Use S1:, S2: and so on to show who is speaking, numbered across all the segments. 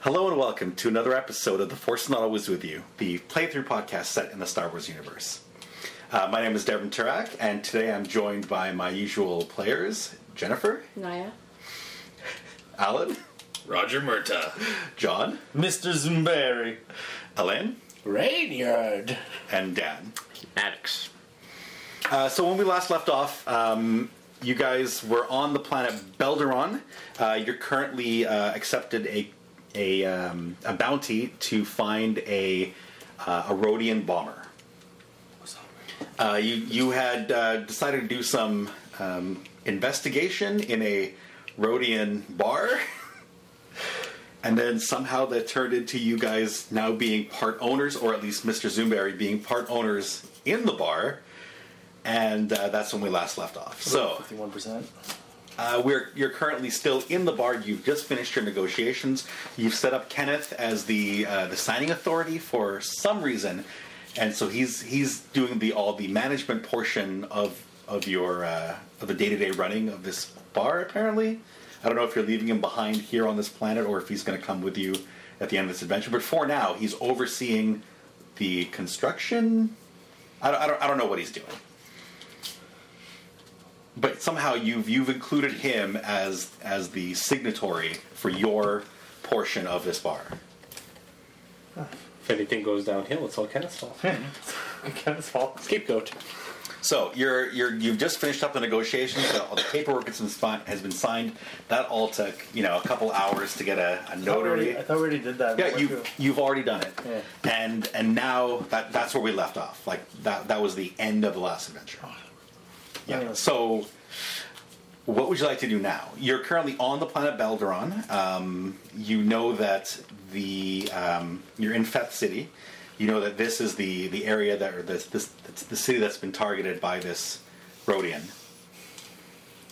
S1: Hello and welcome to another episode of The Force is Not Always With You, the playthrough podcast set in the Star Wars universe. Uh, my name is Devin Turak, and today I'm joined by my usual players Jennifer,
S2: Naya.
S1: Alan,
S3: Roger Murta.
S1: John,
S4: Mr. Zumberry.
S1: Elaine,
S4: Rainyard.
S1: and Dan.
S3: Addicts.
S1: Uh, so when we last left off, um, you guys were on the planet Belderon. Uh, you're currently uh, accepted a a, um, a bounty to find a uh, a Rhodian bomber. Uh, you you had uh, decided to do some um, investigation in a Rhodian bar, and then somehow that turned into you guys now being part owners, or at least Mr. Zumberry being part owners in the bar and uh, that's when we last left off. So
S4: 51%.
S1: uh, we're you're currently still in the bar. You've just finished your negotiations. You've set up Kenneth as the uh, the signing authority for some reason, and so he's he's doing the all the management portion of of your uh, of the day to day running of this bar. Apparently, I don't know if you're leaving him behind here on this planet or if he's going to come with you at the end of this adventure. But for now, he's overseeing the construction. I don't, I don't, I don't know what he's doing but somehow you've you've included him as as the signatory for your portion of this bar.
S5: If anything goes downhill, it's all Kenneth's fault. Hmm.
S4: Kevin's fault.
S5: Scapegoat.
S1: So you're you're you've just finished up the negotiations. The, all the paperwork has been, fi- has been signed. That all took you know a couple hours to get a, a
S4: I thought we
S1: notary.
S4: already- I thought we already did that.
S1: Yeah,
S4: before,
S1: you
S4: too.
S1: you've already done it,
S4: Yeah.
S1: and and now that that's where we left off. Like that that was the end of the last adventure. Yeah.
S4: Anyway.
S1: So, what would you like to do now? You're currently on the planet Balderon. Um, you know that the um, you're in Feth City. You know that this is the the area that or this this it's the city that's been targeted by this Rodian.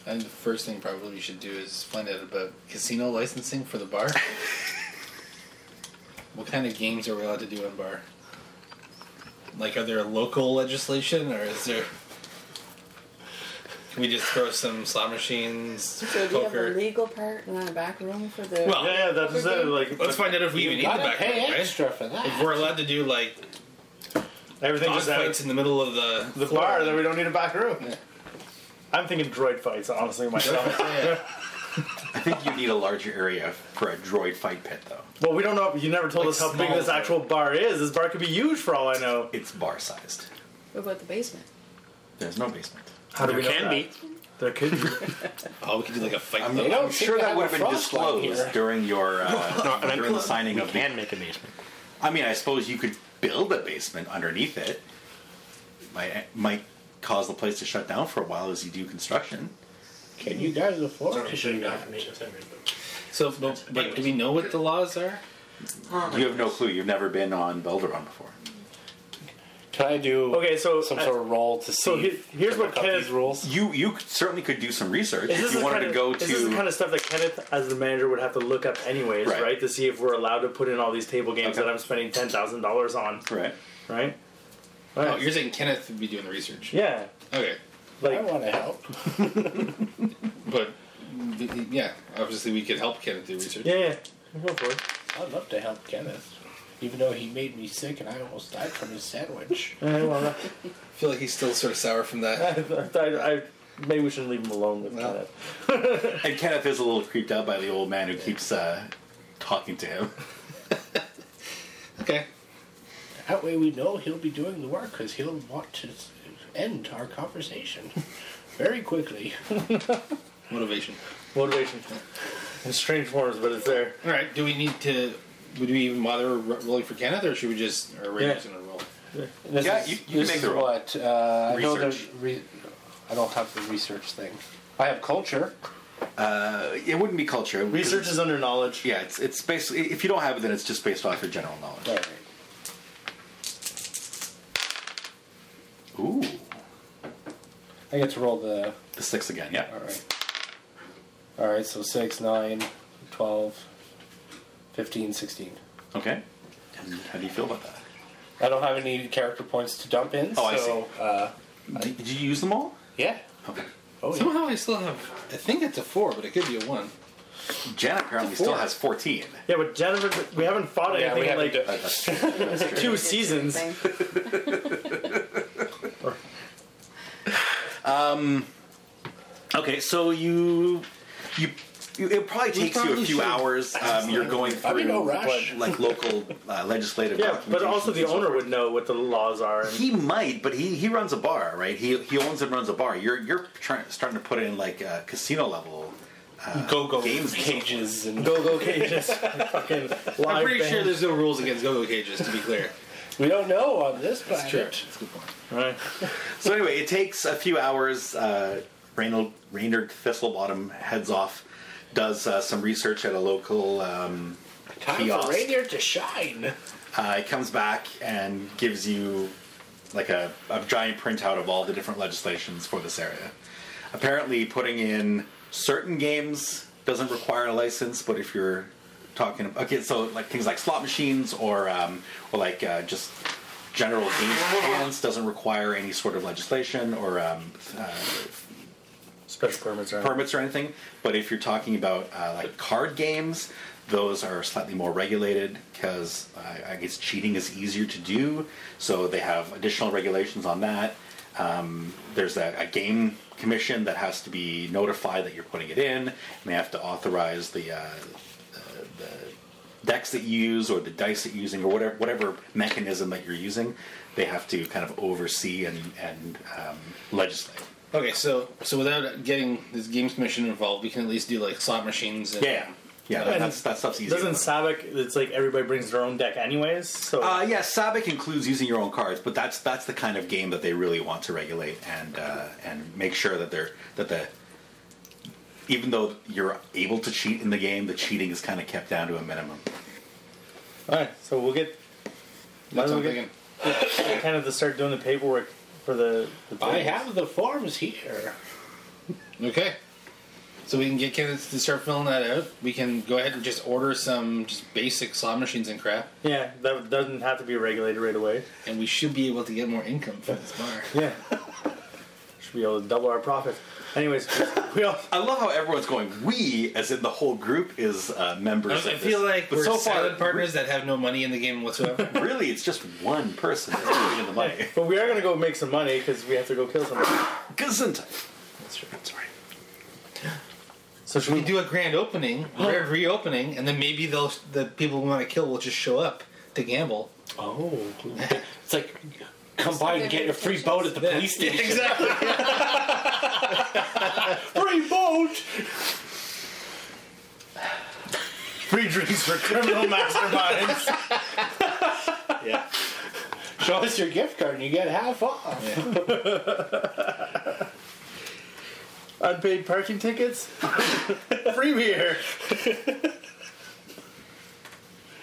S6: I think the first thing probably we should do is find out about casino licensing for the bar. what kind of games are we allowed to do in bar? Like, are there local legislation, or is there? Can we just throw some slot machines,
S2: So do you have a
S6: poker?
S2: legal part and then a back room for the?
S6: Well-
S4: Yeah, yeah, that was it. Like,
S6: Let's find out if we even need the back room, right?
S5: for
S6: If we're allowed to do like
S4: everything
S6: dog
S4: was out.
S6: fights in the middle of the
S4: The
S6: floor.
S4: bar, then we don't need a back room. I'm thinking droid fights, honestly, myself.
S6: Yeah.
S1: I think you need a larger area for a droid fight pit, though.
S4: well, we don't know. You never told
S6: Like
S4: us how big
S6: small
S4: this
S6: bar.
S4: actual bar is. This bar could be huge for all I know.
S1: It's bar sized.
S2: What about the basement?
S1: There's no basement.
S4: How do
S5: There
S4: we know
S5: can
S4: that?
S5: be.
S4: There could be.
S6: Oh, we could do like a fight.
S1: I'm,
S6: club.
S5: They don't
S1: I'm sure
S5: seem to
S1: that
S5: have
S1: would
S5: a
S1: have been
S5: frost line
S1: disclosed
S5: here.
S1: during your uh,
S5: No,
S1: during the signing
S5: we
S1: of the.
S5: can make a basement.
S1: I mean, I suppose you could build a basement underneath it. Might might cause the place to shut down for a while as you do construction.
S5: Can you guys afford
S7: It should have gotten
S6: So, but, but do we know what the laws are?
S1: You have no clue. You've never been on Belderon before.
S5: Can I do
S4: Okay, so- uh,
S5: some sort of roll to see?
S4: so he- here's what
S5: about
S4: Kenneth
S5: these rules.
S1: You you could- certainly could do some research
S4: Is
S1: if
S4: this
S1: you
S4: the
S1: wanted
S4: kind
S1: to
S4: of-
S1: go
S4: Is this
S1: to.
S4: the kind of stuff that Kenneth, as the manager, would have to look up anyways,
S1: Right.
S4: right? To see if we're allowed to put in all these table games
S1: Okay.
S4: that I'm spending ten thousand dollars on,
S1: right.
S4: right?
S6: Oh,
S4: Right.
S6: you're saying Kenneth would be doing the research.
S4: yeah.
S6: Okay.
S5: I
S4: Like,
S5: want to help.
S6: But th- yeah, obviously we could help Kenneth do research.
S4: yeah, yeah. Go for it.
S5: I'd love to help Kenneth, even though he made me sick and I almost died from his sandwich.
S4: Yeah, well, that-
S6: I feel like he's still sort of sour from that.
S4: I, I, I, maybe we shouldn't leave him alone with
S6: No.
S4: Kenneth.
S1: And Kenneth is a little creeped out by the old man who keeps uh, talking to him.
S6: Okay.
S5: That way we know he'll be doing the work because he'll want to s- end our conversation very quickly.
S6: Motivation.
S4: Motivation in strange forms, but it's there.
S6: All right. Do we need to? Would we even bother ro- rolling for Kenneth, or should we just? Or are we
S4: Yeah.
S6: just gonna roll?
S5: This
S1: Yeah,
S5: is,
S1: you- you
S5: this
S1: make the
S5: is
S1: roll.
S5: what uh, I know there's
S1: Research.
S5: re- I don't have the research thing. I have culture.
S1: It wouldn't be culture.
S4: Research is under knowledge.
S1: Yeah, it's it's basically if you don't have it, then it's just based off your general knowledge.
S5: All right.
S1: Ooh,
S5: I get to roll the.
S1: the six again. Yeah.
S5: All right. All right. So six, nine, twelve, fifteen, sixteen.
S1: Okay. And how do you feel about that?
S5: I don't have any character points to dump in.
S1: Oh, I
S5: so, Uh,
S1: Did, did you use them all?
S5: yeah.
S1: Okay.
S5: Oh, yeah.
S6: Somehow I still have. I think it's a four, but it could be a one.
S1: Jan apparently still has fourteen.
S4: Yeah, but Jennifer, we haven't fought
S5: Yeah, we
S4: anything in
S5: haven't
S4: like
S5: do-
S4: two seasons.
S2: Thing.
S1: Okay, so you you. you- It probably takes you a
S6: probably
S1: few
S6: should-
S1: hours. Um, you're going
S5: I'm in
S1: through
S5: no rush.
S1: like local uh, legislative.
S4: Yeah, but also
S1: documentations
S4: the
S1: and so
S4: owner
S1: forth.
S4: would know what the laws are. And
S1: He might, but he, he runs a bar, right? He he owns and runs a bar. You're you're trying, starting to put in like uh, casino level uh,
S5: Go go
S1: games and so
S5: cages and
S4: go go cages. Fucking live
S6: I'm pretty sure
S4: band.
S6: there's no rules against go-go cages. To be clear,
S5: we don't know on this
S6: that's true.
S5: planet.
S6: That's a good point.
S4: Right.
S1: So anyway, it takes a few hours. Uh, Reynold, Reynard Thistlebottom heads off, does uh, some research at a local. Um,
S5: Time
S1: Kiosk.
S5: for reindeer to shine.
S1: uh, he comes back and gives you like a, a giant printout of all the different legislations for this area. Apparently, putting in certain games doesn't require a license, but if you're talking okay, so like things like slot machines or um, or like uh, just general game violence doesn't require any sort of legislation or um,
S4: Special permits are.
S1: permits or anything. But if you're talking about uh, like card games, those are slightly more regulated because I, I guess cheating is easier to do. So they have additional regulations on that. Um, there's a, a game commission that has to be notified that you're putting it in, and they have to authorize the. Uh, the- the decks that you use or the dice that you're using or whatever whatever mechanism that you're using they have to kind of oversee and, and um, legislate
S6: Okay, so so without getting this games commission involved, we can at least do like slot machines. And,
S1: yeah yeah that, that's, that stuff's easy
S4: Doesn't Savick? It's like everybody brings their own deck, anyways. So
S1: Uh, yeah, Sabic includes using your own cards, but that's that's the kind of game that they really want to regulate and uh, and make sure that they're that the even though you're able to cheat in the game, the cheating is kind of kept down to a minimum.
S4: all right, so we'll get
S6: That's
S4: Why
S6: what I'm
S4: don't we
S6: thinking.
S4: kind of to start doing the paperwork for the. the
S5: I
S4: things.
S5: have the forms here.
S6: Okay. So we can get candidates to start filling that out. We can go ahead and just order some just basic slot machines and crap,
S4: Yeah, that doesn't have to be regulated right away.
S6: and we should be able to get more income from this bar.
S4: Yeah. Should be able to double our profits. Anyways, we all.
S1: I love how everyone's going we, as in the whole group is uh,
S6: I,
S1: members.
S6: I
S1: of
S6: feel
S1: this.
S6: like
S1: But
S6: we're
S1: so far-
S6: silent partners that have no money in the game whatsoever.
S1: really, it's just one person that's putting in the money.
S4: But we are gonna go make some money because we have to go kill somebody.
S1: Gesundheit.
S6: That's true.
S1: Sorry.
S4: So should
S6: We do a grand opening, rare reopening, and then maybe they'll the people we want to kill will just show up to gamble.
S5: Oh, it's like come by and get your free boat at the police station.
S6: exactly.
S5: Free boat.
S4: free drinks for criminal masterminds?
S1: Yeah.
S5: Show us your gift card and you get half off.
S4: Unpaid parking tickets? free beer.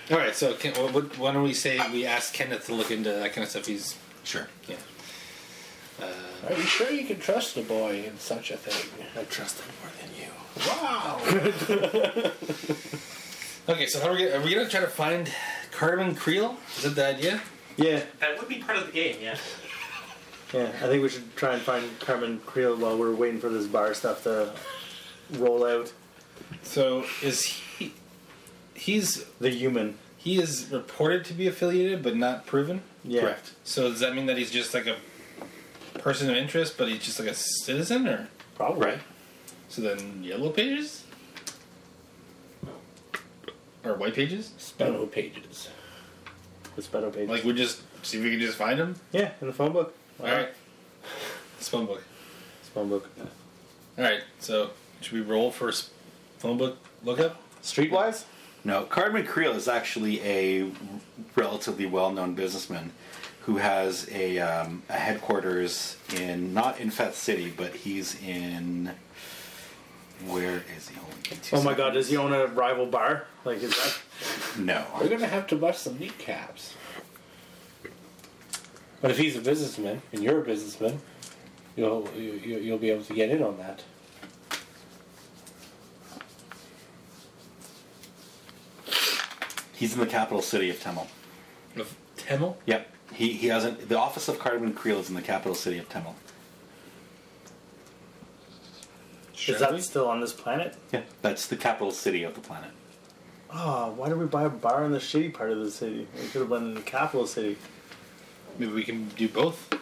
S6: All right. So can, what, what, why don't we say we ask Kenneth to look into that kind of stuff? He's
S1: Sure.
S6: yeah.
S5: Are you sure you can trust the boy in such a thing?
S4: I trust him more than you.
S5: Wow.
S6: Okay. So how are we? Gonna, are we gonna try to find Carbon Creel? Is that the idea?
S4: Yeah,
S7: That would be part of the game, yes.
S4: yeah. I think we should try and find Carmen Creel while we're waiting for this bar stuff to roll out.
S6: So is he? He's
S4: The human.
S6: he is reported to be affiliated, but not proven.
S4: Yeah.
S1: Correct.
S6: So does that mean that he's just like a person of interest, but he's just like a citizen, or
S4: Probably.
S1: Right.
S6: so then yellow pages or white pages?
S5: Spello pages.
S4: The Speto page.
S6: Like we just see if we can just find him.
S4: yeah, in the phone book.
S6: All right, phone book.
S4: Phone book.
S6: All right, so should we roll for s- phone book lookup?
S4: Streetwise?
S1: No, Cardman Creel is actually a relatively well-known businessman who has a, um, a headquarters in not in Feth City, but he's in. Where is he? Hold on, give me two
S4: Oh my
S1: seconds.
S4: god, does he own a rival bar? Like, is that.
S5: We're
S1: No.
S5: gonna have to bust some kneecaps. But if he's a businessman and you're a businessman, you'll you, you- you'll be able to get in on that.
S1: He's in the capital city of Temel.
S6: Of Temel?
S1: Yep. He, he hasn't. The office of Cardamon Creel is in the capital city of Temel.
S4: Is that still on this planet?
S1: Yeah. That's the capital city of the planet.
S4: Oh, why did we buy a bar in the shitty part of the city? We could have been in the capital city.
S6: Maybe we can do both.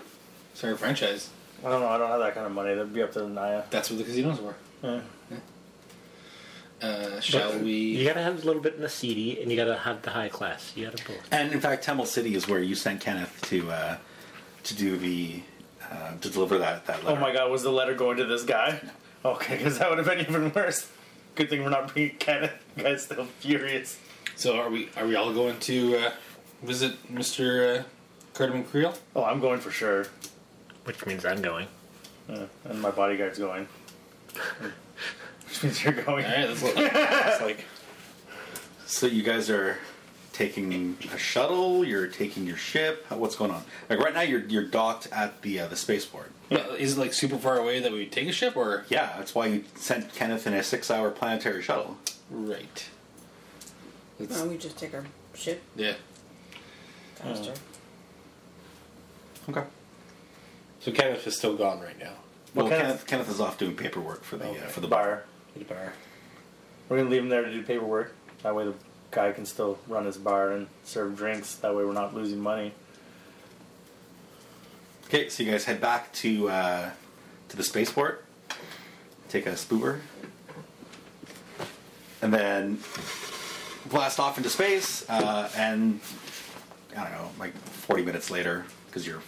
S6: Start a franchise.
S4: I don't know. I don't have that kind of money. That'd be up to Naya.
S6: That's what the casinos were.
S4: Yeah.
S6: Uh, shall we?
S7: You gotta have a little bit in the seedy, and you gotta have the high class. You gotta both.
S1: And in fact, Temel City is where you sent Kenneth to uh, to do the uh, to deliver that that
S4: Oh
S1: letter.
S4: my god, was the letter going to this guy? Okay, because that would have been even worse. Good thing we're not bringing Kenneth. The guy's still furious.
S6: So are we? Are we all going to uh, visit Mr. Uh, Cardamom Creel?
S4: Oh, I'm going for sure.
S7: Which means I'm going.
S4: Yeah, and my bodyguard's going. Which means you're going.
S6: All right, let's go. it's like
S1: So you guys are taking a shuttle. You're taking your ship. How- What's going on? Like right now, you're you're docked at the uh, the spaceport.
S6: Well, is it like super far away that we take a ship or
S1: Yeah, that's why you sent Kenneth in a six-hour planetary shuttle.
S6: right? Let's,
S2: Why don't we just take our ship
S6: yeah.
S2: faster?
S1: Okay.
S5: So Kenneth is still gone right now.
S1: Well,
S4: Kenneth-
S1: Kenneth, Kenneth is off doing paperwork for the uh,
S5: Okay.
S1: for the bar.
S4: bar.
S5: The bar.
S4: We're gonna leave him there to do paperwork. That way the guy can still run his bar and serve drinks. That way we're not losing money.
S1: Okay, so you guys head back to uh, to the spaceport, take a spoober, and then blast off into space. Uh, and I don't know, like forty minutes later, because you're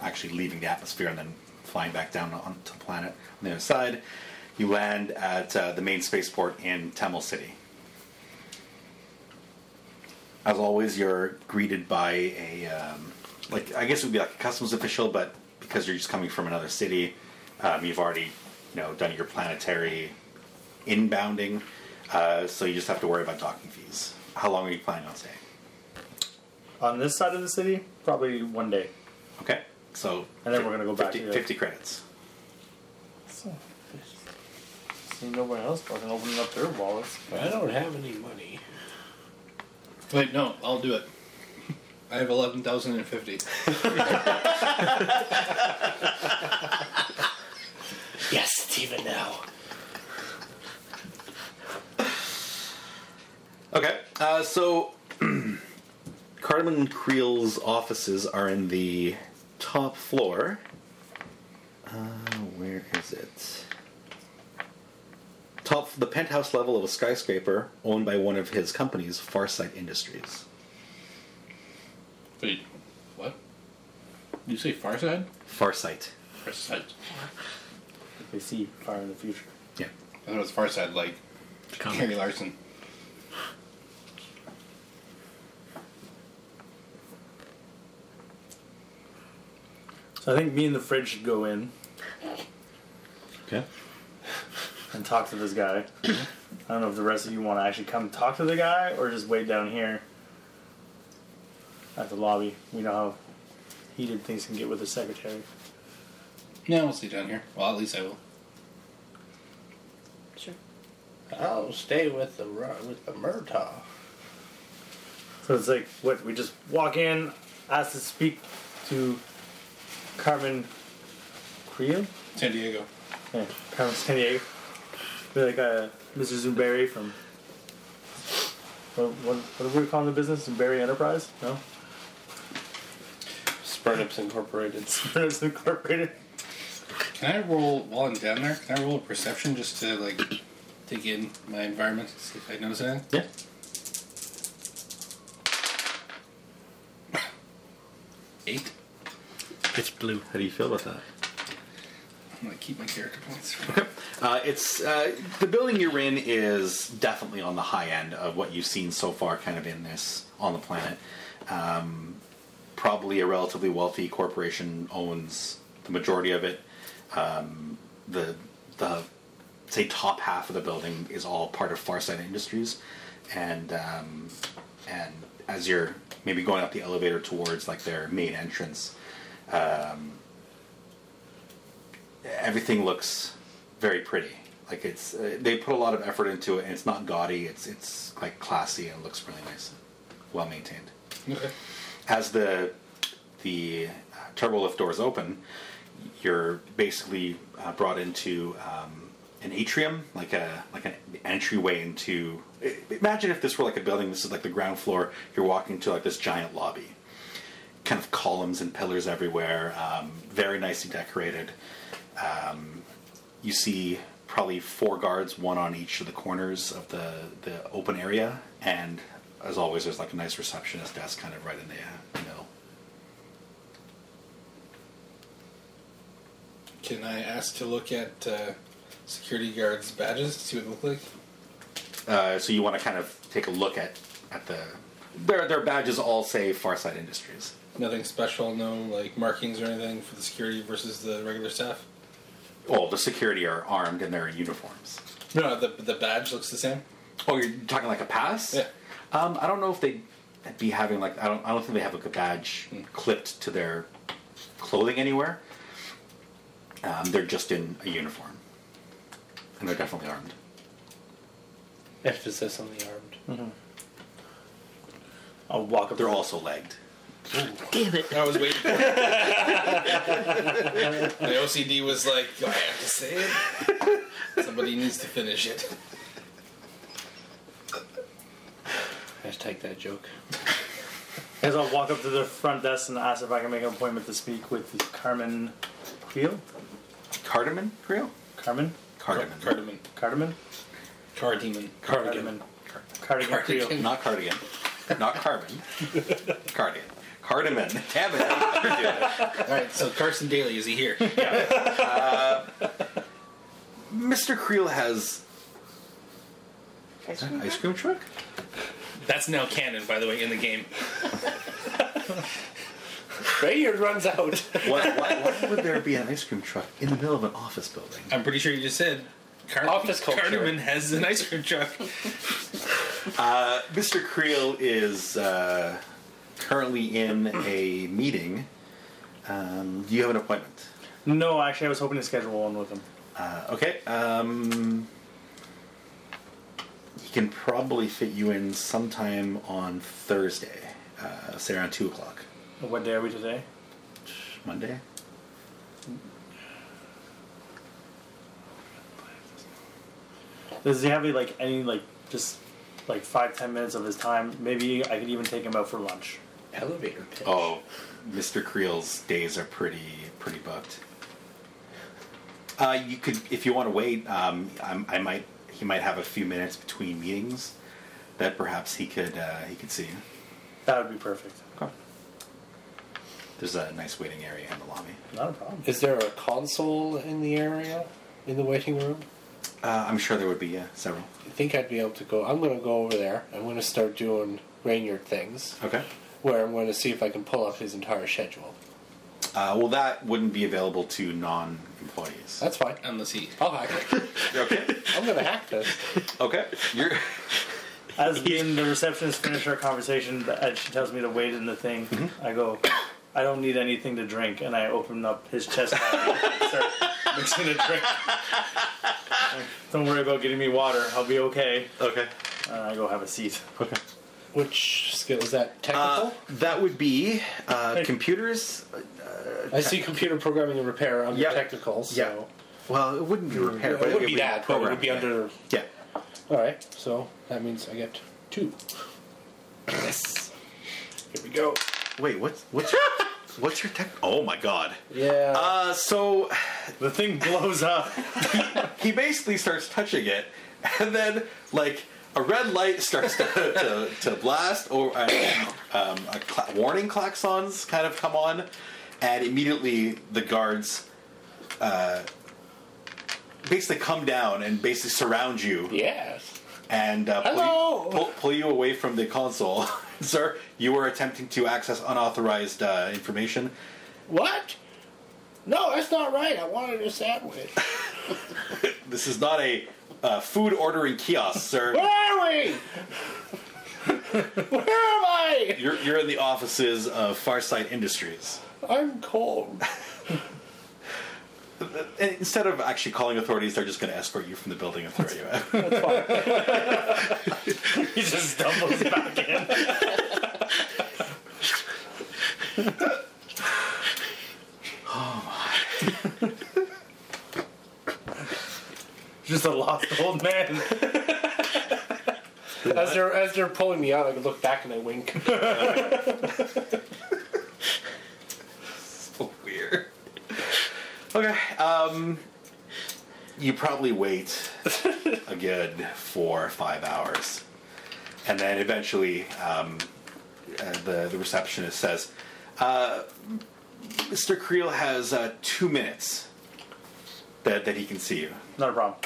S1: actually leaving the atmosphere and then flying back down onto the planet on the other side, you land at uh, the main spaceport in Tamil City. As always, you're greeted by a, um, like, I guess it would be like a customs official, but because you're just coming from another city, um, you've already, you know, done your planetary inbounding, uh, so you just have to worry about docking fees. How long are you planning on staying?
S4: On this side of the city, probably one day.
S1: Okay, so.
S4: And then we're gonna go back
S1: 50,
S4: to the-
S1: 50 credits.
S4: See nobody else fucking opening up their wallets.
S5: But I don't have any money.
S6: Wait, no, I'll do it. I have eleven thousand and fifty.
S5: Yes, Steven now.
S1: Okay, uh, so Cardamon Creel's offices are in the top floor. Uh, where is it? Top, the penthouse level of a skyscraper owned by one of his companies, Farsight Industries.
S6: Wait, what? Did you say far side?
S1: Farsight.
S6: Far side.
S4: They see far in the future.
S1: Yeah.
S6: I thought it was far side, like Carrie Larson.
S4: So I think me and the fridge should go in
S1: Okay.
S4: and talk to this guy. I don't know if the rest of you want to actually come talk to the guy or just wait down here at the lobby. We know how heated things can get with the secretary.
S6: No, we'll see down here. Well, at least I will.
S2: Sure.
S5: I'll stay with the Ru- with the Murtaugh.
S4: So it's like, what? We just walk in, ask to speak to Carmen Creel?
S6: San Diego.
S4: Yeah, Carmen San Diego. Be like uh, Mr. Zumberi from. What, what, what are we calling the business? Zumberi Enterprise? No?
S5: Spurnips Incorporated.
S4: It's Incorporated.
S6: Can I roll while I'm down there? Can I roll a perception just to like take in my environment, see if I notice anything?
S4: Yeah.
S6: Eight.
S7: It's blue.
S1: How do you feel about that?
S6: I'm gonna keep my character points.
S1: Uh, it's uh, the building you're in is definitely on the high end of what you've seen so far, kind of in this on the planet. Um, probably a relatively wealthy corporation owns the majority of it. Um, the the say top half of the building is all part of Farsight Industries, and um, and as you're maybe going up the elevator towards like their main entrance, um, everything looks very pretty. Like it's uh, they put a lot of effort into it, and it's not gaudy. It's it's like classy and looks really nice, well maintained
S6: Okay.
S1: as the the uh, turbo lift doors open, you're basically uh, brought into um, an atrium, like a like an entryway into. i- Imagine if this were like a building. This is like the ground floor. You're walking to like this giant lobby, kind of columns and pillars everywhere. Um, very nicely decorated. Um, you see probably four guards, one on each of the corners of the the open area, and as always, there's like a nice receptionist desk kind of right in the uh, middle.
S6: Can I ask to look at uh, security guards' badges to see what they look like?
S1: Uh, so you want to kind of take a look at at the their their badges all say Farside Industries.
S6: Nothing special, no like markings or anything for the security versus the regular staff.
S1: Well, the security are armed and they're in uniforms.
S6: No, Uh, the the badge looks the same.
S1: Oh, you're talking like a pass?
S6: Yeah.
S1: Um, I don't know if they'd be having like I don't I don't think they have like a badge clipped to their clothing anywhere. Um, they're just in a uniform, and they're definitely armed.
S5: Emphasis on the armed.
S4: I'll walk up.
S1: They're also legged.
S7: Damn it.
S6: I was waiting for it. My OCD was like, "Do I have to say it. Somebody needs to finish it.
S7: Hmm.
S5: Hashtag that joke.
S4: As I'll walk up to the front desk and ask if I can make an appointment to speak with Carmen Creel.
S1: Cardamon, Creel?
S4: Carmen?
S1: Cardamon.
S6: Cardamon.
S4: Cardamon?
S6: Car demon.
S4: Cardigan. Cardigan Creel.
S6: Cardigan.
S1: Not cardigan. Not carbon. cardigan. Cardamon. Damn it. I couldn't do it.
S6: All right, so Carson Daly is he here?
S1: Mr. Creel has an ice cream truck?
S6: That's now canon, by the way, in the game.
S5: Radiator runs out.
S1: Why, why, why would there be an ice cream truck in the middle of an office building?
S6: I'm pretty sure you just said. Car-
S5: Office culture.
S6: Cardamon has an ice cream truck.
S1: Mr. Creel is uh, currently in a meeting. Um, do you have an appointment?
S4: No, actually, I was hoping to schedule one with him.
S1: Uh, okay. Um, he can probably fit you in sometime on Thursday, uh, say around 2 o'clock.
S4: What day are we today?
S1: Monday?
S4: Does he have like any like just like five ten minutes of his time? Maybe I could even take him out for lunch.
S5: Elevator pitch.
S1: Oh, Mr. Creel's days are pretty pretty booked. Uh, you could, if you want to wait, um, I'm, I might. He might have a few minutes between meetings that perhaps he could uh, he could see. you.
S4: That would be perfect.
S1: There's a nice waiting area in the lobby.
S4: Not a problem.
S5: Is there a console in the area, in the waiting room?
S1: Uh, I'm sure there would be yeah, several.
S5: I think I'd be able to go. I'm going to go over there. I'm going to start doing Rainyard things,
S1: Okay.
S5: where I'm going to see if I can pull up his entire schedule.
S1: Uh, well, that wouldn't be available to non-employees.
S5: That's fine.
S6: Unless he.
S5: I'll hack it.
S1: Oh, okay.
S5: I'm going to hack this.
S1: Okay. You're.
S4: As being the receptionist finished our conversation, and she tells me to wait in the thing. I go. I don't need anything to drink, and I open up his chest. bag and start mixing a drink. Don't worry about getting me water. I'll be okay.
S1: Okay.
S4: And I go have a seat.
S5: Which skill is that?
S1: Uh,
S5: Technical?
S1: that would be uh, computers.
S5: I see computer programming and repair under
S1: Yeah.
S5: technical, so.
S1: Well, it wouldn't be repair,
S5: It
S1: but
S5: would be that, but it would
S1: programming,
S5: be
S1: yeah.
S5: under.
S1: Yeah.
S5: Alright, so that means I get two.
S1: Yes.
S5: Here we go.
S1: Wait, what's what's your, what's your tech? Oh my god.
S5: Yeah.
S1: Uh, so
S4: The thing blows up.
S1: he basically starts touching it, and then like a red light starts to, to, to blast, or uh, um, a cla- warning klaxons kind of come on, and immediately the guards uh, basically come down and basically surround you
S5: yes.
S1: and uh, pull,
S5: Hello!
S1: you, pull, pull you away from the console. Sir, you are attempting to access unauthorized uh, information.
S5: What? No, that's not right. I wanted a sandwich.
S1: This is not a uh, food ordering kiosk, sir.
S5: Where are we? Where am I?
S1: You're, you're in the offices of Farsight Industries.
S5: I'm cold.
S1: And Uh, instead of actually calling authorities, they're just going to escort you from the building and throw you out.
S4: He just stumbles back in. Oh Just a lost old man.
S5: As they're as they're pulling me out, I look back and I wink.
S1: so weird. Okay. Um, you probably wait a good four or five hours, and then eventually um, uh, the the receptionist says, uh, "Mr. Creel has uh, two minutes that that he can see you."
S4: Not a problem.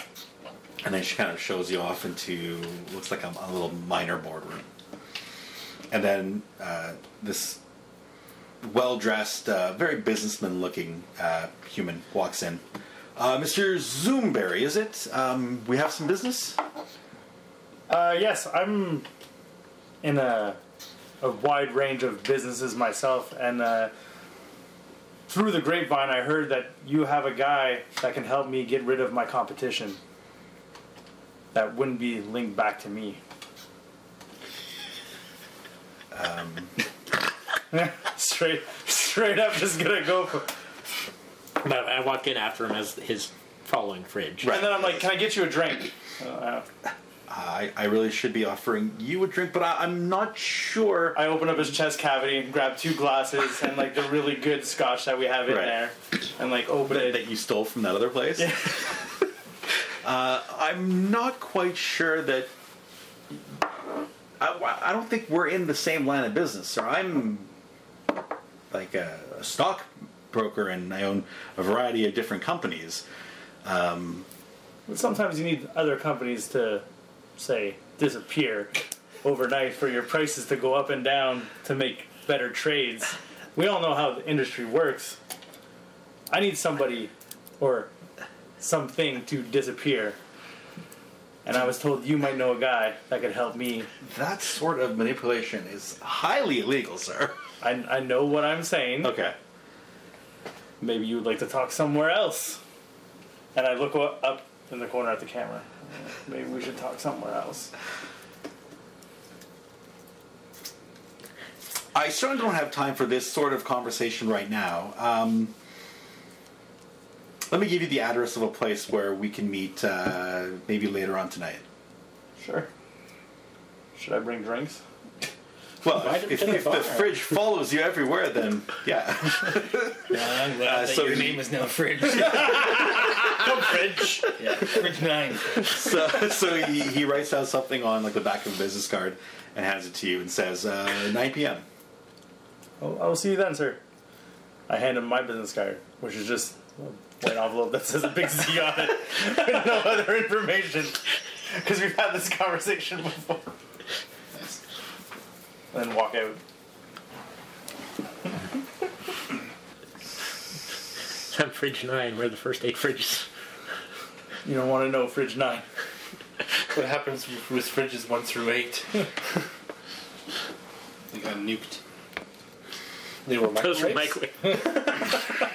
S1: And then she kind of shows you off into looks like a, a little minor boardroom. And then uh, this well dressed, uh, very businessman looking uh, human walks in. Uh, Mr. Zoomberry, is it? Um, we have some business?
S4: Uh, yes, I'm in a, a wide range of businesses myself, and uh, through the grapevine, I heard that you have a guy that can help me get rid of my competition that wouldn't be linked back to me. Um. straight, straight up, just gonna go for.
S7: But I walk in after him as his following fridge.
S1: Right.
S4: And then I'm like, "Can I get you a drink?"
S1: I, I really should be offering you a drink, but I, I'm not sure.
S4: I open up his chest cavity and grab two glasses and like the really good scotch that we have in
S1: Right.
S4: there, and like open
S1: that,
S4: it.
S1: that you stole from that other place. uh, I'm not quite sure that. I, I don't think we're in the same line of business, sir. I'm like a, a stock broker and I own a variety of different companies.
S4: But Sometimes you need other companies to say disappear overnight for your prices to go up and down to make better trades. We all know how the industry works. I need somebody or something to disappear. And I was told you might know a guy that could help me.
S1: That sort of manipulation is highly illegal, sir.
S4: I, I know what I'm saying.
S1: Okay.
S4: Maybe you would like to talk somewhere else. And I look o- up in the corner at the camera. Maybe we should talk somewhere else.
S1: I certainly don't have time for this sort of conversation right now. Um, let me give you the address of a place where we can meet uh, maybe later on tonight.
S4: Sure. Should I bring drinks?
S1: Well,
S5: Invite
S1: if,
S5: him
S1: if,
S5: to the
S1: if the
S5: bar.
S1: fridge follows you everywhere, then yeah.
S6: I'm glad
S1: Uh,
S6: that
S1: so
S6: your
S1: you-
S6: name is now Fridge.
S4: Fridge.
S6: yeah, Fridge 9.
S1: So, so he, he writes out something on like the back of a business card and hands it to you and says, uh, 9 p.m.
S4: I'll, I'll see you then, sir. I hand him my business card, which is just a white envelope that says a big Z on it with no other information. Because we've had this conversation before. And then walk out.
S7: I'm fridge nine. We're the first eight fridges.
S4: You don't want to know Fridge 9.
S5: What happens with fridges one through eight?
S6: They got nuked.
S5: They were
S7: Those were
S5: microwaves.
S7: microwave.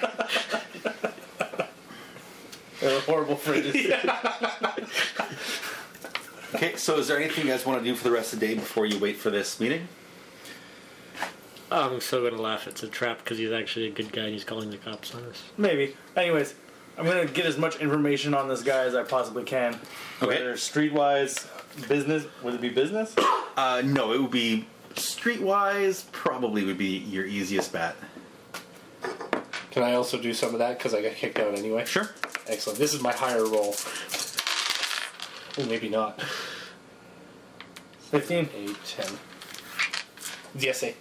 S4: They're horrible fridges.
S1: Okay, so is there anything you guys want to do for the rest of the day before you wait for this meeting?
S7: Oh, I'm so gonna laugh. It's a trap because he's actually a good guy and he's calling the cops on us.
S4: Maybe. Anyways, I'm gonna get as much information on this guy as I possibly can.
S1: Okay.
S4: Whether streetwise, business. Would it be business?
S1: Uh, no, it would be streetwise, probably would be your easiest bet.
S5: Can I also do some of that because I got kicked out anyway?
S1: Sure.
S5: Excellent. This is my higher roll. Or maybe not.
S4: Fifteen.
S5: Eight, ten. DSA.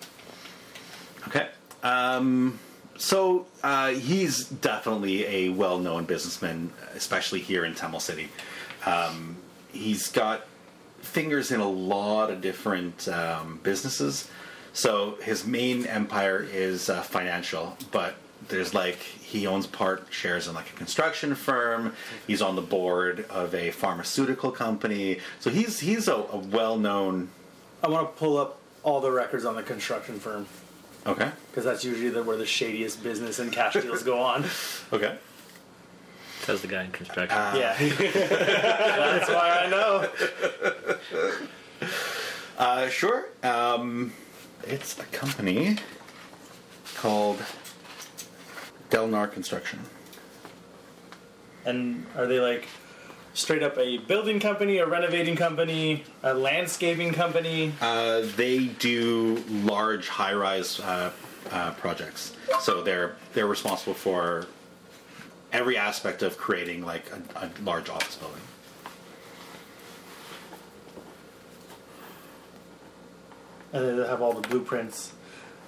S1: Okay. Um, so uh, he's definitely a well-known businessman, especially here in Tamil City. Um, he's got fingers in a lot of different um, businesses. So his main empire is uh, financial, but there's like he owns part shares in like a construction firm. He's on the board of a pharmaceutical company. So he's he's a, a well known.
S4: I want to pull up all the records on the construction firm
S1: Okay.
S4: because that's usually the, where the shadiest business and cash deals go on.
S1: Okay.
S7: Says the guy in construction.
S4: yeah, that's why I know.
S1: Uh, sure. Um, it's a company called Delnar Construction.
S4: And are they like straight up a building company, a renovating company, a landscaping company?
S1: Uh, they do large high-rise uh, uh, projects, so they're they're responsible for every aspect of creating like a, a large office building.
S4: and they have all the blueprints.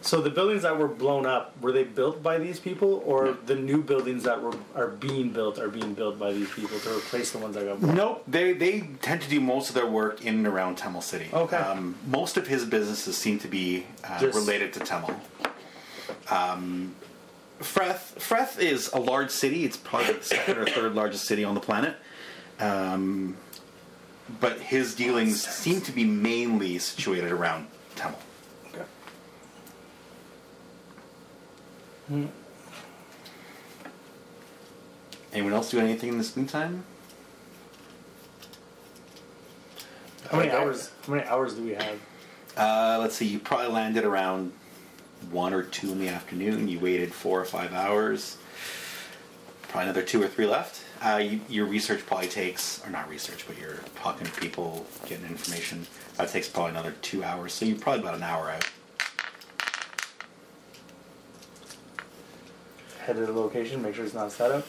S4: So the buildings that were blown up were they built by these people, or the new buildings that were are being built are being built by these people to replace the ones that got blown?
S1: Nope, they they tend to do most of their work in and around Temel City.
S4: Okay.
S1: Um, most of his businesses seem to be uh,
S4: Just-
S1: related to Temel. Um, Freth Freth is a large city. It's probably the second or third largest city on the planet. Um, but his dealings seem to be mainly situated around Temel. Anyone else do anything in this meantime?
S4: How many hours? How many hours do we have?
S1: Uh, let's see, you probably landed around one or two in the afternoon. You waited four or five hours. Probably another two or three left. Uh, you, your research probably takes, or not research, but you're talking to people, getting information. That takes probably another two hours. So you're probably about an hour out.
S4: Head to the location, make sure it's not set up.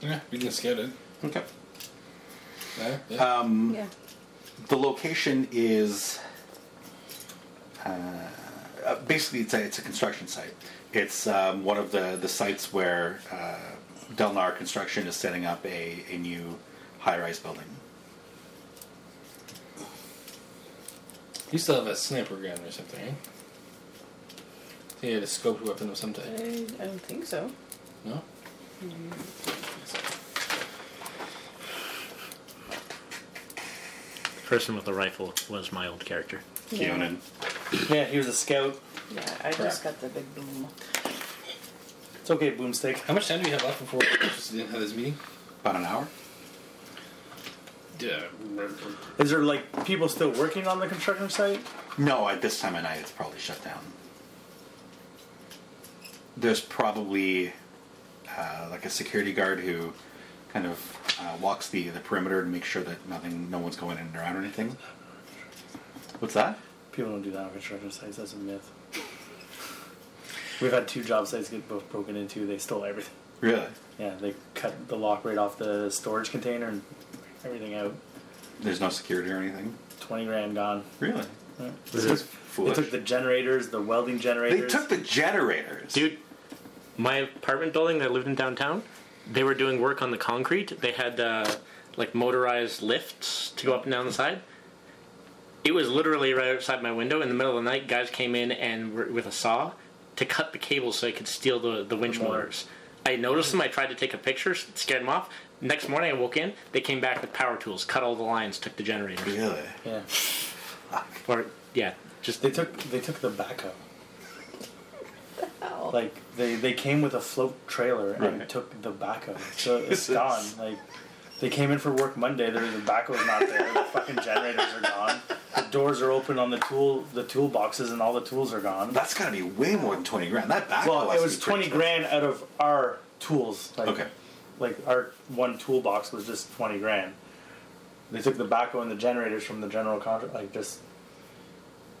S6: Yeah, we can scout it.
S1: Okay.
S6: Yeah, Uh, yeah.
S2: Yeah.
S1: The location is uh, uh, basically it's a, it's a construction site. It's um, one of the, the sites where uh, Delnar Construction is setting up a, a new high rise building.
S6: You still have a sniper gun or something, right? You had a scoped weapon of some type.
S2: I, I don't think so.
S6: No?
S7: Person with the rifle was my old character.
S1: Keonan.
S4: Yeah, he was a scout.
S2: Yeah, I just got the big boom.
S4: It's okay, boomstick.
S6: How much time do we have left before we just didn't have this meeting?
S1: About an hour?
S6: Yeah.
S4: Is there like people still working on the construction site?
S1: No, at this time of night it's probably shut down. There's probably uh, like a security guard who kind of uh, walks the, the perimeter to make sure that nothing, no one's going in and around or anything. What's that?
S4: People don't do that on construction sites. That's a myth. We've had two job sites get both broken into. They stole everything.
S1: Really?
S4: Yeah, they cut the lock right off the storage container and everything out.
S1: There's no security or anything?
S4: 20 grand gone.
S1: Really?
S4: Yeah.
S1: This is foolish.
S4: They took the generators, the welding
S1: They
S4: generators.
S1: took the generators.
S7: Dude, my apartment building I lived in downtown, they were doing work on the concrete. They had uh, like motorized lifts to go up and down the side. It was literally right outside my window. In the middle of the night, guys came in and were, with a saw to cut the cables so they could steal the, the
S8: Oh
S7: winch
S4: motor.
S7: motors. I noticed them. I tried to take a picture, s- scared them off. Next morning, I woke in. They came back with power tools, cut all the lines, took the generator.
S1: Really?
S4: yeah.
S7: Or yeah, just
S4: They took they took the backhoe.
S2: Ow.
S4: Like they, they came with a float trailer and
S1: Right.
S4: took the backhoe. So it's
S1: This
S4: gone.
S1: is-
S4: Like they came in for work Monday. There the backhoe's not there. The fucking generators are gone. The doors are open on the tool the toolboxes and all the tools are gone.
S1: That's gotta be way more than 20 grand. That backhoe
S4: Well,
S1: has
S4: it
S1: to
S4: was
S1: be
S4: twenty
S1: pretty
S4: grand out of our tools. Like,
S1: Okay.
S4: Like our one toolbox was just twenty grand. They took the backhoe and the generators from the general contract. Like just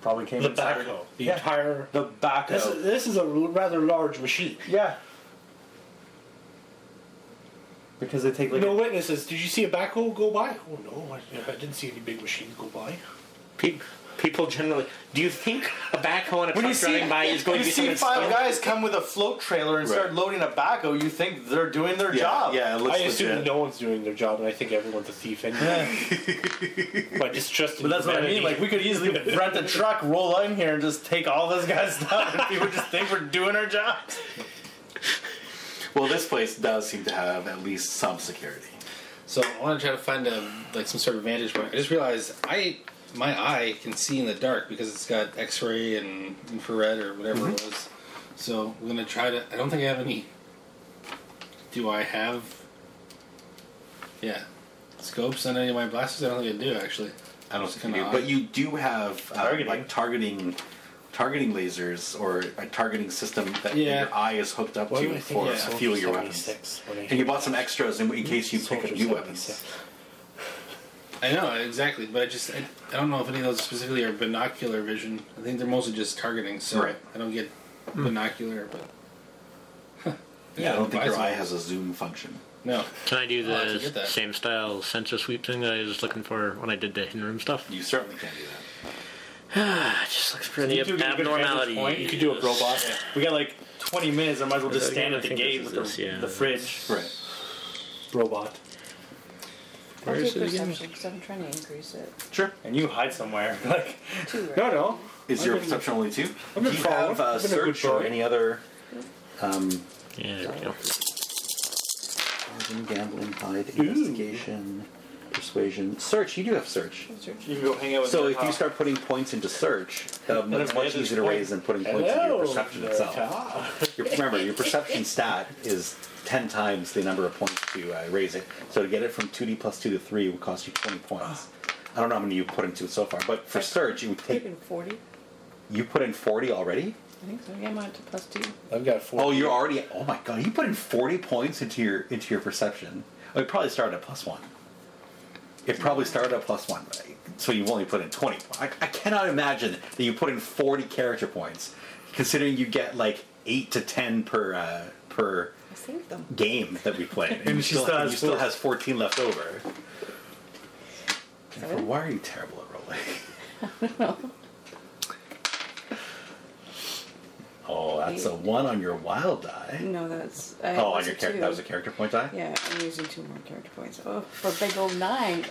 S4: probably came
S5: The
S4: in Saturday.
S5: backhoe. The
S4: Yeah.
S5: entire.
S4: The backhoe.
S5: This is, this is a rather large machine.
S4: yeah. Because they take like
S5: no witnesses. Did you see a backhoe go by? Oh no, I, I didn't see any big machines go by.
S7: pe- People generally. Do you think a backhoe and a
S8: When you
S7: truck
S8: see,
S7: driving by is going
S8: you
S7: to be
S8: see
S7: something
S8: five
S7: special?
S8: guys come with a float trailer and start
S1: Right.
S8: loading a backhoe, you think they're doing their
S1: Yeah,
S8: job.
S1: yeah, it
S5: I
S1: looks
S5: assume
S1: legit.
S5: no one's doing their job, and I think everyone's a thief anyway. but it's just.
S8: But that's what I mean. Like we could easily rent a truck, roll in here, and just take all this guy's stuff, and people just think we're doing our jobs.
S1: Well, this place does seem to have at least some security.
S6: So I want to try to find a like some sort of vantage point. I just realized I my eye can see in the dark because it's got X-ray and infrared or whatever
S5: Mm-hmm.
S6: it was. So I'm gonna try to. I don't think I have any. Do I have? Yeah, scopes on any of my blasters? I don't think I do actually.
S1: I don't
S6: It's
S1: think you do,
S6: kinda
S1: but
S6: odd.
S1: you do have uh,
S8: Targeting.
S1: like targeting, targeting lasers or a targeting system that
S6: Yeah.
S1: your eye is hooked up
S5: Why do
S1: to
S5: I think
S1: for
S5: I
S1: a
S5: sold
S1: few of your weapons.
S5: 76 when I
S1: And you bought some extras in, in case you pick up
S5: Soldier
S1: new
S5: 76.
S1: weapons.
S6: I know exactly, but I just I, I don't know if any of those specifically are binocular vision. I think they're mostly just targeting, so
S1: Right.
S6: I don't get
S5: Mm.
S6: binocular. But
S1: Yeah, I don't think your
S6: advisable.
S1: eye has a zoom function.
S6: no,
S7: Can Oh, I do
S6: I'll have to get
S7: the
S6: that.
S7: same style sensor sweep thing that I was looking for when I did the hidden room stuff?
S1: You certainly can't do that.
S7: Ah, it just looks for any
S4: You do get a good vantage point.
S7: abnormality.
S4: You could do a robot. We got like 20 minutes. I might as well just
S7: Yeah,
S4: stand
S7: I
S4: at the
S7: think
S4: gate
S7: this
S4: with
S7: is
S4: the,
S7: this, yeah.
S4: the fridge.
S1: Right.
S4: Robot.
S2: I'll
S7: Where is
S2: take
S7: it again?
S2: perception because I'm trying to increase it.
S1: Sure.
S4: And you hide somewhere. Like,
S2: Two, right?
S4: no, no.
S1: Is your perception only two? Do
S4: I've been
S1: you
S4: following.
S1: have uh,
S4: I've been a good
S1: search or
S4: boy.
S1: any other
S7: Yeah, there we go.
S1: gambling, hide, investigation, persuasion, search? You do have search.
S4: You can go hang out with
S1: So
S4: your
S1: if you
S4: pop.
S1: start putting points into search, um, it's much easier to raise than putting points into your perception itself. Your, remember, your perception stat is ten times the number of points to uh, raise it. So to get it from two D plus two to three would cost you twenty points. I don't know how many you put into it so far, but for search, it would
S2: I've
S1: take
S2: been 40.
S1: you put in forty already.
S2: I think so. Yeah, I'm on to plus two.
S5: I've got four.
S1: Oh, you're already. Oh my god, you put in forty points into your into your perception. Oh, it probably started at plus one. It probably started at plus one, so you've only put in twenty. I, I cannot imagine that you put in forty character points, considering you get like eight to ten per uh, per
S2: I saved them.
S1: game that we play, and, you
S4: she
S1: still,
S4: still
S1: and
S4: has
S1: you still
S4: four.
S1: has fourteen left over. Jennifer,
S2: Seven?
S1: why are you terrible at rolling? Oh, that's a one on your wild die.
S2: No, that's. I
S1: Oh, on
S2: was
S1: your
S2: a
S1: character.
S2: two.
S1: That was a character point die?
S2: Yeah, I'm using two more character points. Oh, for a big old nine.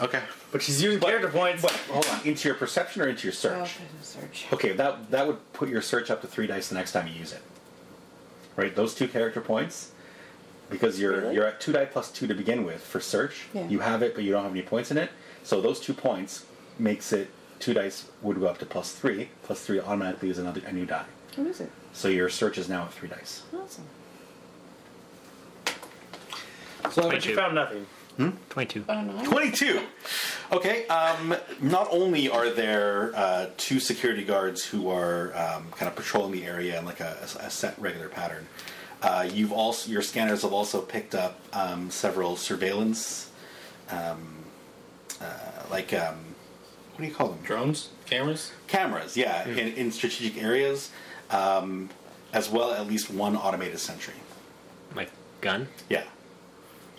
S1: Okay.
S4: But she's using character points.
S1: Hold on. Into your perception or into your
S2: oh,
S1: search?
S2: search.
S1: Okay, that that would put your search up to three dice the next time you use it. Right? Those two character points. Because you're
S2: Really?
S1: you're at two die plus two to begin with for search.
S2: Yeah.
S1: You have it but you don't have any points in it. So those two points makes it two dice would go up to plus three. Plus three automatically is another a new die.
S2: What is it?
S1: So your search is now at three dice.
S2: Awesome.
S4: But you found nothing.
S7: 22.
S2: Oh, no.
S1: 22. Okay. Um, not only are there uh, two security guards who are um, kind of patrolling the area in like a, a set regular pattern, uh, you've also your scanners have also picked up um, several surveillance, um, uh, like um, what do you call them?
S6: drones, cameras. Hmm.
S1: Cameras. Yeah, in, in strategic areas, um, as well at least one automated sentry.
S7: My gun?
S1: Yeah.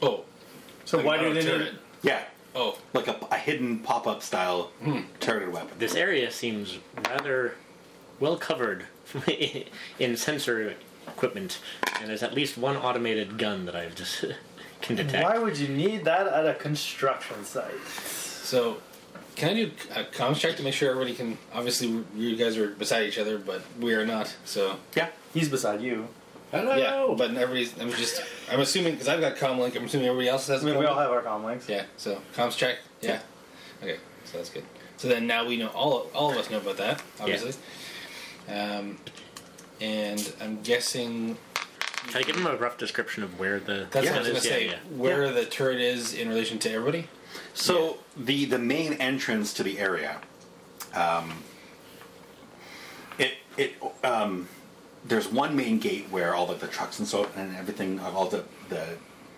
S6: Oh,
S4: So why do they
S6: turn
S4: need
S6: it?
S1: Yeah.
S6: Oh, Hmm.
S1: Like a, a hidden pop-up style turreted weapon.
S7: This area seems rather well covered in sensor equipment, and there's at least one automated gun that I've just can detect.
S4: Why would you need that at a construction site?
S6: so can I do a comms check to make sure everybody can? Obviously, you guys are beside each other, but we are not. So
S1: yeah.
S4: He's beside you.
S5: Hello!
S6: yeah, but everybody's. I'm just. I'm assuming because I've got comm link. I'm assuming everybody else has.
S4: I mean,
S6: comm
S4: we all
S6: link.
S4: have our comm links.
S6: Yeah. So comms check. Yeah. Okay. So that's good. So then now we know all. All of us know about that. Obviously. Um, and I'm guessing
S7: Can I give him a rough description of where the
S6: that's
S7: gun
S6: what I was gonna
S7: is? Yeah,
S6: say.
S7: yeah.
S6: Where the turret is in relation to everybody.
S1: So the the main entrance to the area, um, it it um, there's one main gate where all like the trucks and so and everything of all the the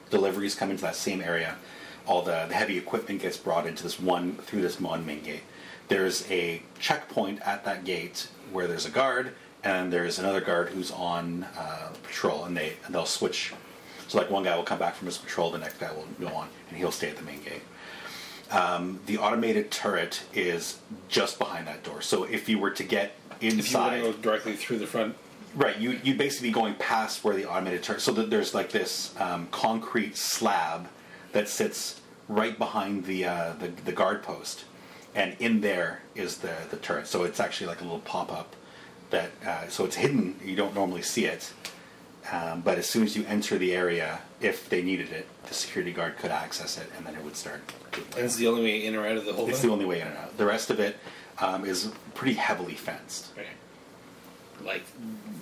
S1: deliveries come into that same area. All the, the heavy equipment gets brought into this one through this one main gate. There's a checkpoint at that gate where there's a guard and there's another guard who's on uh, patrol and they and they'll switch. So like one guy will come back from his patrol, the next guy will go on, and he'll stay at the main gate. Um, the automated turret is just behind that door. So if you were to get
S6: If you want to
S1: inside,
S6: go directly through the front,
S1: right, you you'd basically be going past where the automated turret. So that there's like this um, concrete slab that sits right behind the, uh, the the guard post, and in there is the the turret. So it's actually like a little pop up that uh, so it's hidden. You don't normally see it. Um, but as soon as you enter the area, if they needed it, the security guard could access it, and then it would start. doing
S6: and it's the only way in or out of the whole
S1: it's the
S6: thing.
S1: only way in and out. The rest of it um, is pretty heavily fenced.
S6: Right. Like,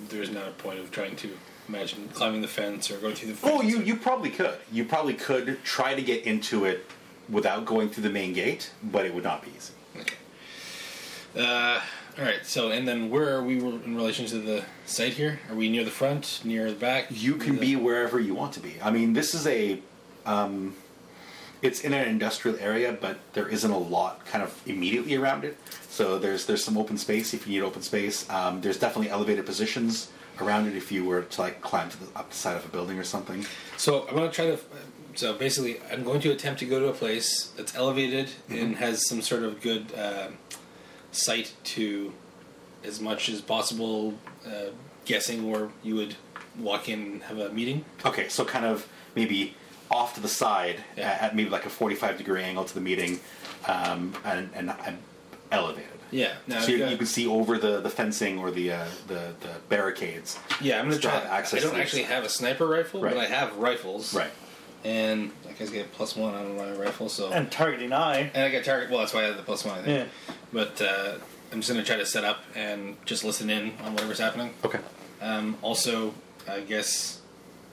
S6: there's not a point of trying to imagine climbing the fence or going through the. Fence
S1: Oh, you you probably could. You probably could try to get into it without going through the main gate, but it would not be easy.
S6: Okay. Uh, all right. So, and then where are we in relation to the site here? Are we near the front? Near the back?
S1: You can
S6: The-
S1: be wherever you want to be. I mean, this is a um, it's in an industrial area, but there isn't a lot kind of immediately around it. So there's there's some open space if you need open space. Um, there's definitely elevated positions around it if you were to like climb to the, up the side of a building or something.
S6: So I'm gonna try to. So basically, I'm going to attempt to go to a place that's elevated and has some sort of good uh, sight to, as much as possible, uh, guessing where you would walk in and have a meeting.
S1: Okay, so kind of maybe off to the side
S6: Yeah.
S1: at, at maybe like a 45 degree angle to the meeting um, and, and, and elevated.
S6: Yeah. Now,
S1: so you,
S6: yeah.
S1: you can see over the, the fencing or the, uh, the the barricades.
S6: yeah, I'm gonna
S1: still
S6: try.
S1: have access
S6: I don't
S1: to the
S6: actually
S1: side.
S6: have a sniper rifle,
S1: Right.
S6: but I have rifles.
S1: Right.
S6: And I guess I get plus one on my rifle. So
S4: And targeting eye.
S6: And I got target. Well, that's why I had the plus one. I
S4: Yeah.
S6: think. But uh, I'm just gonna try to set up and just listen in on whatever's happening.
S1: Okay.
S6: Um, also, I guess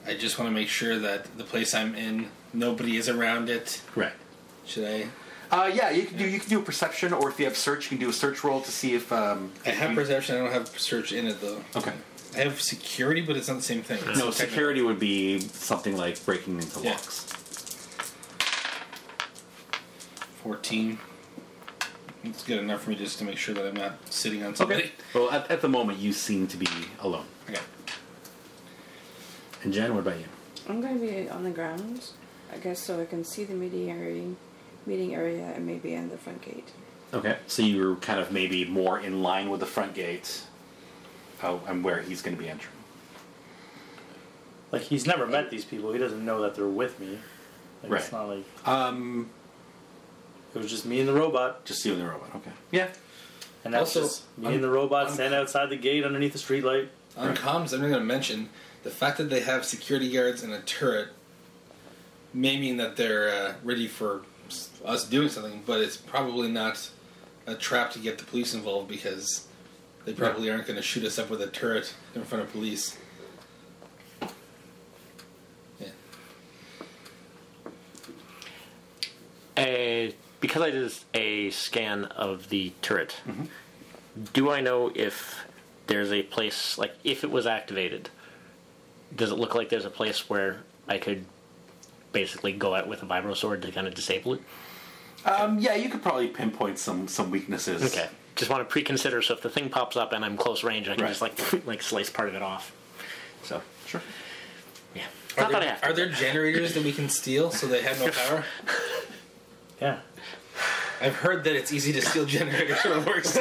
S6: I just want to make sure that the place I'm in, nobody is around it.
S1: Right.
S6: Should I?
S1: Uh, yeah, you can do you can do a perception, or if you have search, you can do a search roll to see if. Um,
S6: I have perception. I don't have search in it though.
S1: okay.
S6: I have security, but it's not the same thing. It's
S1: No,
S6: technical.
S1: security would be something like breaking into
S6: Yeah.
S1: locks.
S6: Fourteen. It's good enough for me just to make sure that I'm not sitting on somebody.
S1: Well, at, at the moment, you seem to be alone.
S6: Okay.
S1: And Jen, what about you?
S2: I'm going to be on the ground, I guess, so I can see the meeting area, meeting area and maybe in the front gate.
S1: Okay. So you're kind of maybe more in line with the front gate, uh, and where he's going to be entering.
S4: Like he's never met these people. He doesn't know that they're with me. Like,
S1: Right.
S4: It's not like
S1: Um,
S4: it was just me and the robot,
S1: just you and the robot. Okay. Yeah.
S4: and that's
S6: Also,
S4: just me
S6: I'm-
S4: and the robot
S6: I'm-
S4: standing outside the gate underneath the streetlight.
S6: On
S1: Right.
S6: comms, I'm going to mention the fact that they have security guards and a turret may mean that they're uh, ready for s- us doing something, but it's probably not a trap to get the police involved because they probably aren't going to shoot us up with a turret in front of police. Yeah.
S7: A, because I did a scan of the turret,
S1: Mm-hmm.
S7: do I know if there's a place, like, if it was activated, does it look like there's a place where I could basically go out with a vibro sword to kind of disable it?
S1: Um, yeah, you could probably pinpoint some some weaknesses.
S7: Okay. Just want to pre-consider, so if the thing pops up and I'm close range, I can
S1: Right.
S7: just, like, like slice part of it off. So,
S1: Sure.
S7: yeah.
S6: Are,
S7: Not
S6: there,
S7: that I have to.
S6: are there generators that we can steal so they have no power?
S4: Yeah.
S6: I've heard that it's easy to steal generators from works.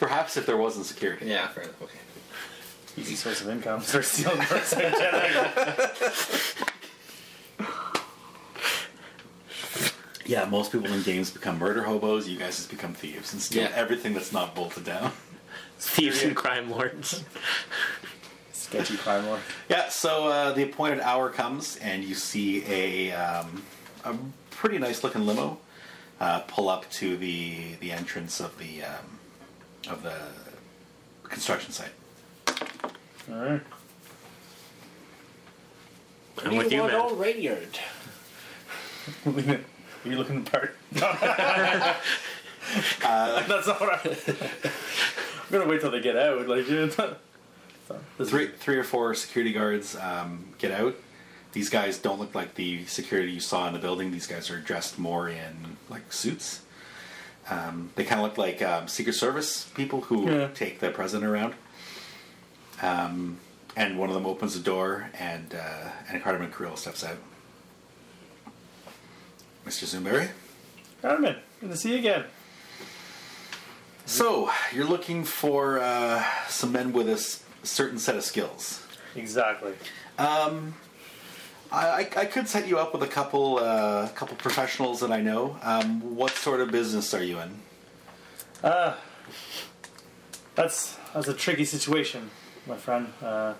S1: Perhaps if there wasn't security.
S6: yeah, fair enough. Okay.
S4: Easy source of income. Start stealing parts.
S1: Yeah, most people in games become murder hobos. You guys just become thieves and steal
S6: Yeah.
S1: everything that's not bolted down.
S7: Thieves and crime lords.
S4: Sketchy crime lord.
S1: Yeah. So uh, the appointed hour comes, and you see a um, a pretty nice looking limo uh, pull up to the the entrance of the um, of the construction site.
S4: All right.
S5: What
S7: I'm
S5: do
S7: with you,
S5: want
S7: man.
S5: all radioed?
S4: Were you looking the part? That's not what I'm. I'm gonna wait till they get out. Like, you know, this
S1: Three, three or four security guards um, get out. These guys don't look like the security you saw in the building. These guys are dressed more in like suits. Um, they kind of look like um, Secret Service people who
S4: Yeah.
S1: take the president around. Um, and one of them opens the door, and uh, and Carterman Creel steps out. Mr. Zoomberry.
S4: Carmen, good to see you again.
S1: So you're looking for uh, some men with a s- certain set of skills.
S4: Exactly.
S1: I, I- I could set you up with a couple uh, couple professionals that I know. Um, what sort of business are you in?
S4: That's that's a tricky situation, my friend. Uh,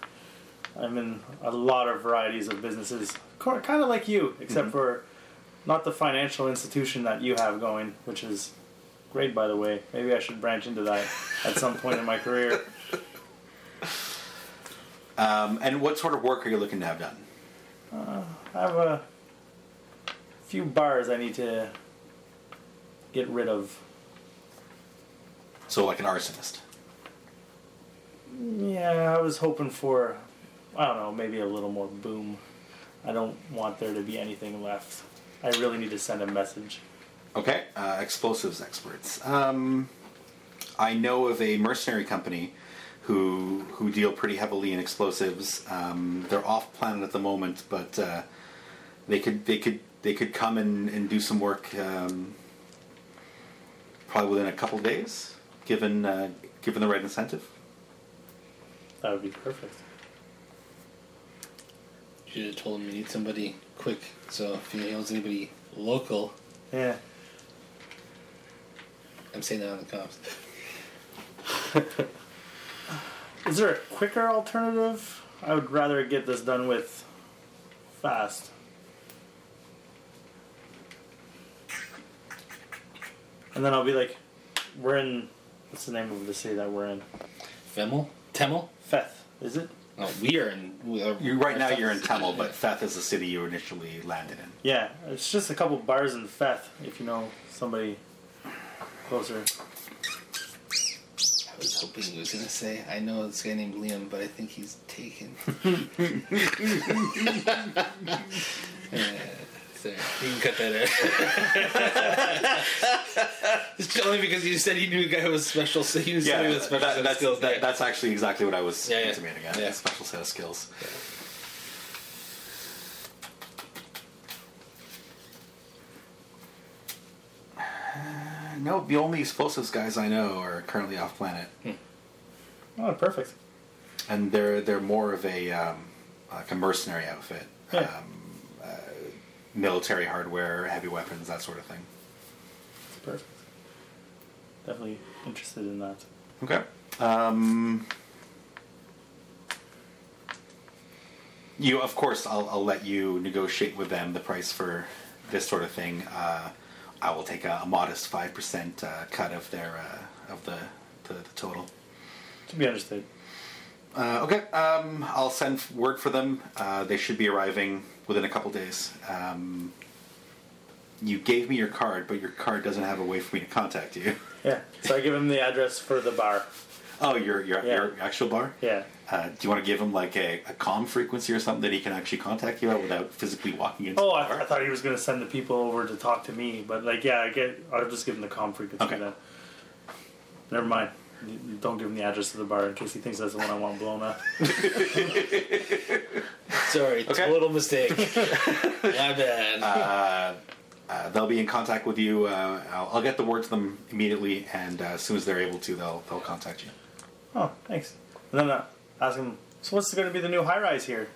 S4: I'm in a lot of varieties of businesses, kind of like you, except for not the financial institution that you have going, which is great, by the way. Maybe I should branch into that at some point in my career.
S1: Um, and what sort of work are you looking to have done?
S4: I have a few bars I need to get rid of.
S1: So like an arsonist.
S4: Yeah, I was hoping for, I don't know, maybe a little more boom. I don't want there to be anything left. I really need to send a message.
S1: Okay, uh, explosives experts. Um, I know of a mercenary company who who deal pretty heavily in explosives. Um, they're off planet at the moment, but uh, they could they could they could come and, and do some work um, probably within a couple days, given uh, given the right incentive.
S4: That would be perfect.
S6: You should have told him you need somebody quick. So if he knows anybody local,
S4: Yeah.
S6: I'm saying that on the cops.
S4: Is there a quicker alternative? I would rather get this done with fast. And then I'll be like, we're in. What's the name of the city that we're in?
S6: Femel? Temel?
S4: Feth, is it?
S6: No, we are in. We are,
S1: You right now
S6: ourselves.
S1: you're in Temel, but Feth is the city you initially landed in.
S4: Yeah, it's just a couple bars in Feth, if you know somebody closer.
S6: I was hoping he was gonna say, I know this guy named Liam, but I think he's taken. uh, sorry, you can cut that out. it's only because you said he knew a guy who was special, so he was somebody with a special
S1: that-
S6: set of
S1: that's,
S6: skills.
S1: that-
S6: Yeah.
S1: that's actually exactly what I was
S6: Yeah, yeah.
S1: intimating at.
S6: Yeah.
S1: Special set of skills. Uh, No, the only explosives guys I know are currently off planet,
S6: Hmm.
S4: Oh, perfect.
S1: and they're they're more of a um, like a mercenary outfit,
S4: Yeah.
S1: military hardware, heavy weapons, that sort of thing.
S4: It's perfect. Definitely interested in that.
S1: Okay. Um, you, of course, I'll, I'll let you negotiate with them the price for this sort of thing. Uh, I will take a, a modest five percent uh, cut of their uh, of the, the, the total.
S4: To be understood.
S1: Uh, okay, um, I'll send word for them. Uh, they should be arriving within a couple days. Um, you gave me your card, but your card doesn't have a way for me to contact you.
S4: Yeah, so I give him the address for the bar.
S1: Oh, your your,
S4: Yeah.
S1: your actual bar?
S4: Yeah.
S1: Uh, do you want to give him like a, a calm frequency or something that he can actually contact you at without physically walking into
S4: Oh,
S1: the
S4: I,
S1: bar?
S4: I thought he was gonna send the people over to talk to me, but like, yeah, I get. I'll just give him the comm frequency
S1: Okay.
S4: then. Never mind. You- you Don't give him the address of the bar in case he thinks that's the one I want blown up.
S6: Sorry,
S1: Okay.
S6: total mistake. My bad.
S1: Uh, they'll be in contact with you. Uh, I'll, I'll get the word to them immediately, and uh, as soon as they're able to, they'll they'll contact you.
S4: oh, thanks. And then uh, ask him. So what's going to be the new high rise here?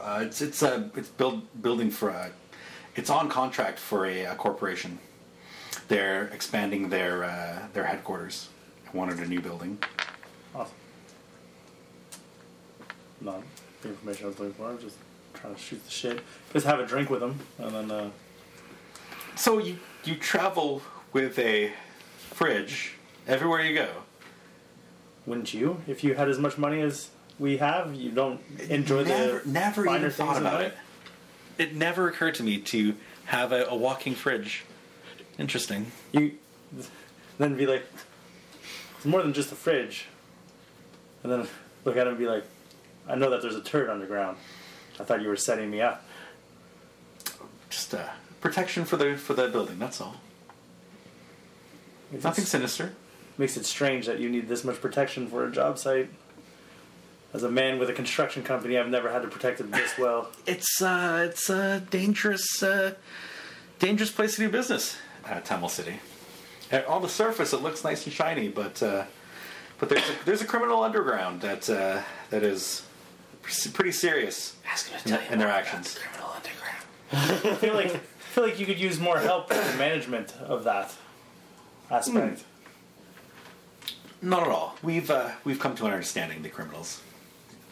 S1: Uh, it's it's a it's build building for a, it's on contract for a, a corporation. They're expanding their uh, their headquarters. I wanted a new building.
S4: Awesome. Not the information I was looking for. I'm just trying to shoot the shit. Just have a drink with him, and then uh,
S1: So you you travel with a fridge everywhere you go.
S4: wouldn't you? If you had as much money as we have, you don't enjoy
S1: never,
S4: the
S1: never
S4: finer
S1: even
S4: things
S1: thought
S4: in
S1: about
S4: life?
S1: it. It never occurred to me to have a, a walking fridge. Interesting.
S4: You then be like, it's more than just a fridge. And then look at him and be like, I know that there's a turd underground. I thought you were setting me up.
S1: Just uh, protection for the for the building. That's all.
S4: It's-
S1: Nothing sinister.
S4: makes it strange that you need this much protection for a job site. As a man with a construction company, I've never had to protect it this well.
S1: It's uh, it's a dangerous, uh, dangerous place to do business. Uh, Tamil City. Uh, on the surface, it looks nice and shiny, but uh, but there's a, there's a criminal underground that uh, that is pretty serious
S6: Ask him to
S1: in,
S6: tell you
S1: in their
S6: more
S1: actions.
S6: about Criminal Underground.
S4: I feel like I feel like you could use more help with the management of that aspect.
S1: Not at all. We've uh, we've come to an understanding. The criminals,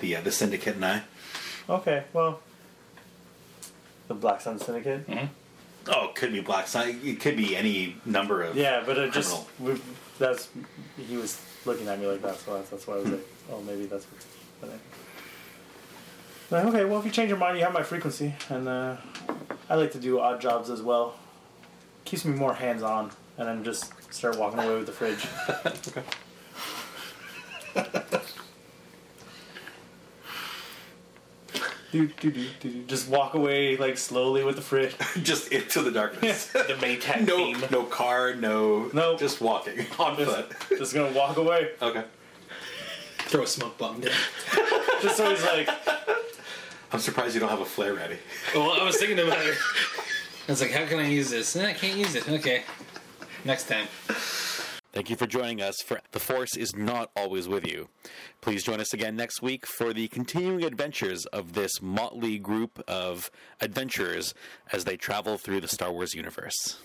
S1: the uh, the syndicate, and I.
S4: Okay, well, the Black Sun Syndicate.
S1: Oh, it could be Black Sun. It could be any number of.
S4: Yeah, but it just
S1: Criminal.
S4: we, that's he was looking at me like that, so that's, that's why I was like, oh, maybe that's what. But I- like, okay, well, if you change your mind, you have my frequency, and uh, I like to do odd jobs as well. Keeps me more hands on, and then just start walking away with the fridge. Do, do, do, do, do. Just walk away like slowly with the fridge.
S1: just into the darkness.
S8: The Maytag
S1: no,
S8: theme.
S1: no car, no,
S4: No.
S1: just walking on foot.
S4: Just gonna walk away.
S1: Okay,
S6: Throw a smoke bomb down.
S4: Just so he's like,
S1: I'm surprised you don't have a flare ready.
S6: well, I was thinking about it. I was like, how can I use this? No, I can't use it. Okay. Next time.
S1: Thank you for joining us for The Force is Not Always With You. Please join us again next week for the continuing adventures of this motley group of adventurers as they travel through the Star Wars universe.